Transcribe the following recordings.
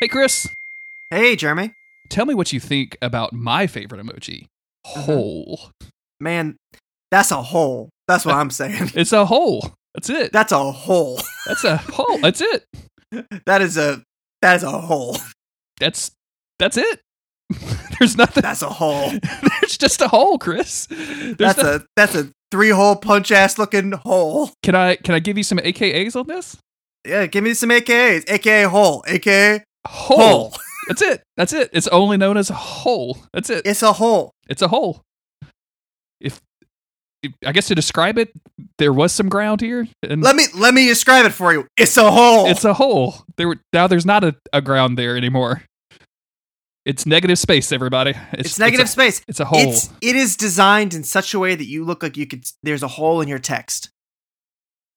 Hey, Chris, Hey, Jeremy. tell me what you think about my favorite emoji. Uh-huh. Hole. Man, that's a hole. That's what I'm saying. It's a hole. That's it. That's a hole. That's a hole. That's it. That is a that is a hole. That's that's it. There's nothing. That's a hole. There's just a hole, Chris. There's That's no- a that's a three hole punch ass looking hole. can I can I give you some AKAs on this? Yeah, give me some AKAs. AKA hole. AKA Hole. hole. That's it. That's it. It's only known as a hole. That's it. It's a hole. It's a hole. If, if I guess to describe it, there was some ground here, and Let me let me describe it for you. It's a hole. Hmm. it's a hole. There were, now there's not a, a ground there anymore. It's negative space, everybody. It's negative It's space. a, it's a hole. It's it is designed in such a way that you look like you could there's a hole in your text.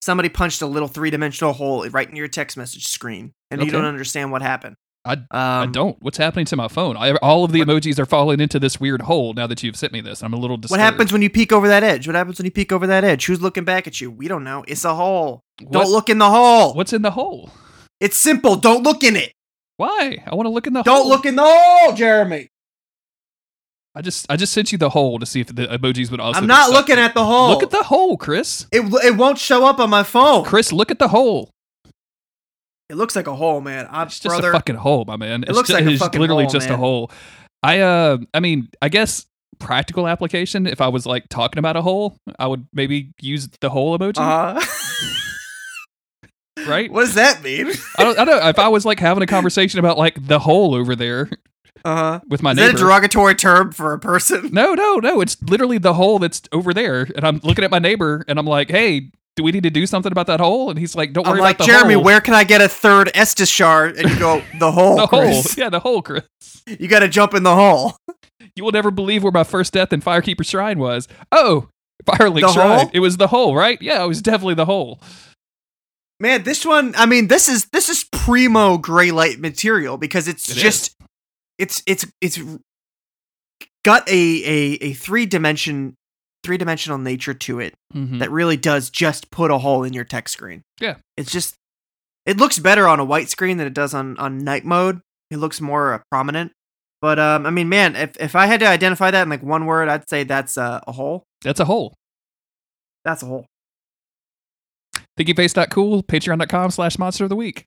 Somebody punched a little three-dimensional hole right in your text message screen and you Okay. don't understand what happened. I- um, I don't. What's happening to my phone? I, all of the emojis are falling into this weird hole now that you've sent me this. I'm a little What disturbed. happens when you peek over that edge? What happens when you peek over that edge? Who's looking back at you? We don't know. It's a hole. What- Don't look in the hole. What's in the hole? It's simple. Don't look in it. Why? I want to look in the hole. Don't look in the hole, Jeremy. I just I just sent you the hole to see if Oh, the emojis would also. I'm be not stuck. looking at the hole. Look at the hole, Chris. It, it won't show up on my phone. Chris, look at the hole. It looks like a hole, man. I'm It's just brother. a fucking hole, my man. It's looks ju- like a it's fucking literally hole, just a man. hole. I uh, I mean, I guess practical application. If I was like talking about a hole, I would maybe use the hole emoji, Uh-huh. right? what does that mean? I don't, I don't. If I was like having a conversation about like the hole over there Uh-huh. with my Is that a neighbor. derogatory term for a person? no, no, no. It's literally the hole that's over there, and I'm looking at my neighbor, and I'm like, "Hey, do we need to do something about that hole?" And he's like, "Don't I'm worry like, about the Jeremy, hole." where can I get a third Estishar? And you go, the hole. the hole? Chris. Yeah, the hole, Chris. You got to jump in the hole. You will never believe where my first death in Firekeeper Shrine was. Oh, Firelink The Shrine. hole? It was the hole, right? Yeah, it was definitely the hole. Man, this one, I mean, this is this is primo gray light material because it's It just it's it's it's got a a a three dimension three dimensional nature to it Mhm. that really does just put a hole in your text screen. Yeah. It's just it looks better on a white screen than it does on on night mode. It looks more uh, prominent. But um I mean, man, if if I had to identify that in like one word, I'd say that's uh, a hole. That's a hole. That's a hole. Thinkyface.cool, patreon.com slash monster of the week.